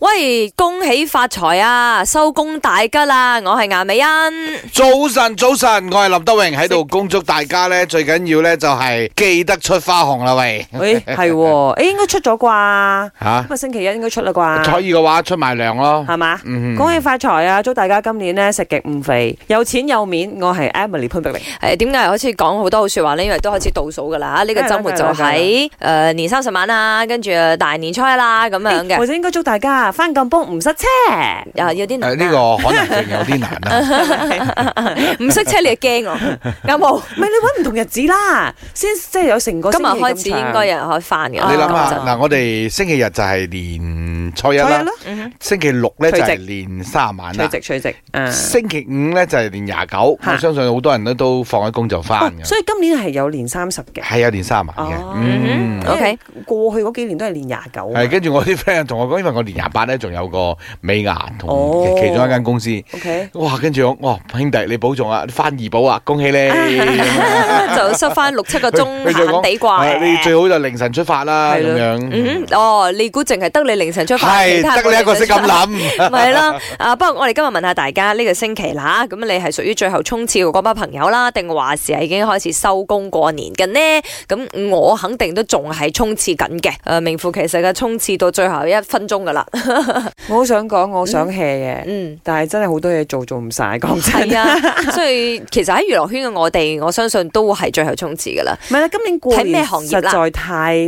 喂，恭喜發財啊！收工大吉啦！我係顏美欣，早晨，早晨，我係林德榮喺度恭祝大家咧，最緊要咧就係記得出花紅啦喂，诶，系喎， 诶，应该出咗啩，吓今日星期一應該出啦啩可，以嘅話出埋糧咯，係嘛？嗯恭喜發財啊！祝大家今年咧食極唔肥，有錢有面。我係 Emily 潘碧 玲，誒點解又開始講好多好說話呢？因為都開始倒數噶啦，呢、個週末就梗係啦喺誒年三十晚啦，跟住誒大年初一啦咁樣誒或嗯嘅，者應該祝大家翻咁煲唔塞 車。啊有啲難誒啊呢、個可能性有啲難啊 啦，唔識車你就驚 我，有冇？唔係你揾唔同日子啦，先即係有成個今日開開始應該有人可以翻嘅哦你啊啦，諗下講真嗱，我哋星期日就係年初一初一啦啦，，星期六咧就係除年三晚除啦，夕除夕，嗯星期五咧就係年廿九，嚇我相信好多人咧都放咗工就翻哦嘅，所以今年係有年三十嘅。係有啊年三晚嘅哦，嗯。嗯 OK 因為過去嗰幾年都係年廿九啊。係跟住我啲 friend 同我講，因為我年廿八咧仲有個美牙同哦其中一間公司。 OK，哇！跟住我，哇，哦兄弟你保重啊，翻怡保啊，恭喜你！佢 就塞翻六七個鐘佢就閒講地啊你啩。最好就凌晨出發啦，係啊咁咯樣嗯哼，哦，你估淨係得你凌晨出發，係其他人得你一個識咁諗。咪係啦，啊不過我哋今日問下大家呢、個星期啦，咁你係屬於最後衝刺嘅嗰班朋友啦，定話是係已經開始收工過年嘅呢？咁我肯定都仲係衝刺緊嘅，誒、呃名副其實嘅衝刺到最後一分鐘噶 啦，我好想講，我想 hea 嘅，嗯。但係真係好多嘢做，做唔晒。講真係。啊，所以其實喺娛樂圈嘅我哋，我相信都係最後衝刺噶啦。唔係啦，今年過睇咩年行業實啦在太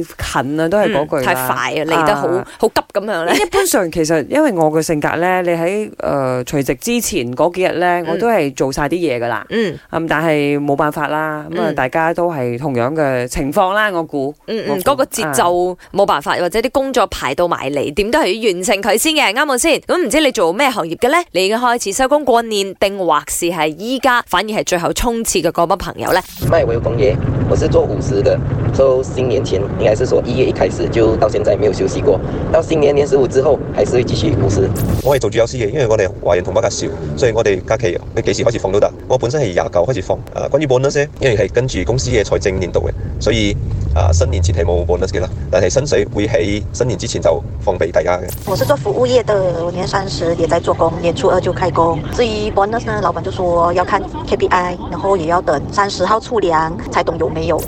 近啦，都係嗰句嗯啦太快啊，嚟得好啊好急咁樣咧。一般上其實因為我嘅性格咧，你喺誒除夕之前嗰幾日咧，我都係做晒啲嘢噶啦。嗯咁但係冇辦法啦，咁啊嗯大家都係同樣嘅情況啦，我估。嗯我啊嗯，估嗰個節奏冇辦法，或者啲工作排到埋嚟，點都係要完成佢先嘅，啱我先。咁唔知你做咩行業嘅呢？你已經開始收工過年，定或是係依家反而係最後衝刺嘅嗰班朋友呢？麦维红爷，我是做五十的，so, 新年前应该是说一月一开始就到现在没有休息过，到新年年十五之后还是会继续五十。我係做住有師嘅，因為我哋華人同胞較少，所以我哋假期你幾時開始放都得。我本身係廿九開始放。誒、啊關於 bonus 咧，因為係跟住公司嘅財政年度嘅，所以啊、新年前係冇 bonus 嘅啦，但係薪水會喺新年之前就放俾大家嘅。我是做服务业的，我年三十也在做工，年初二就开工。至于 bonus 呢，老板就说要看 KPI，然后也要等三十号出粮才懂有没有。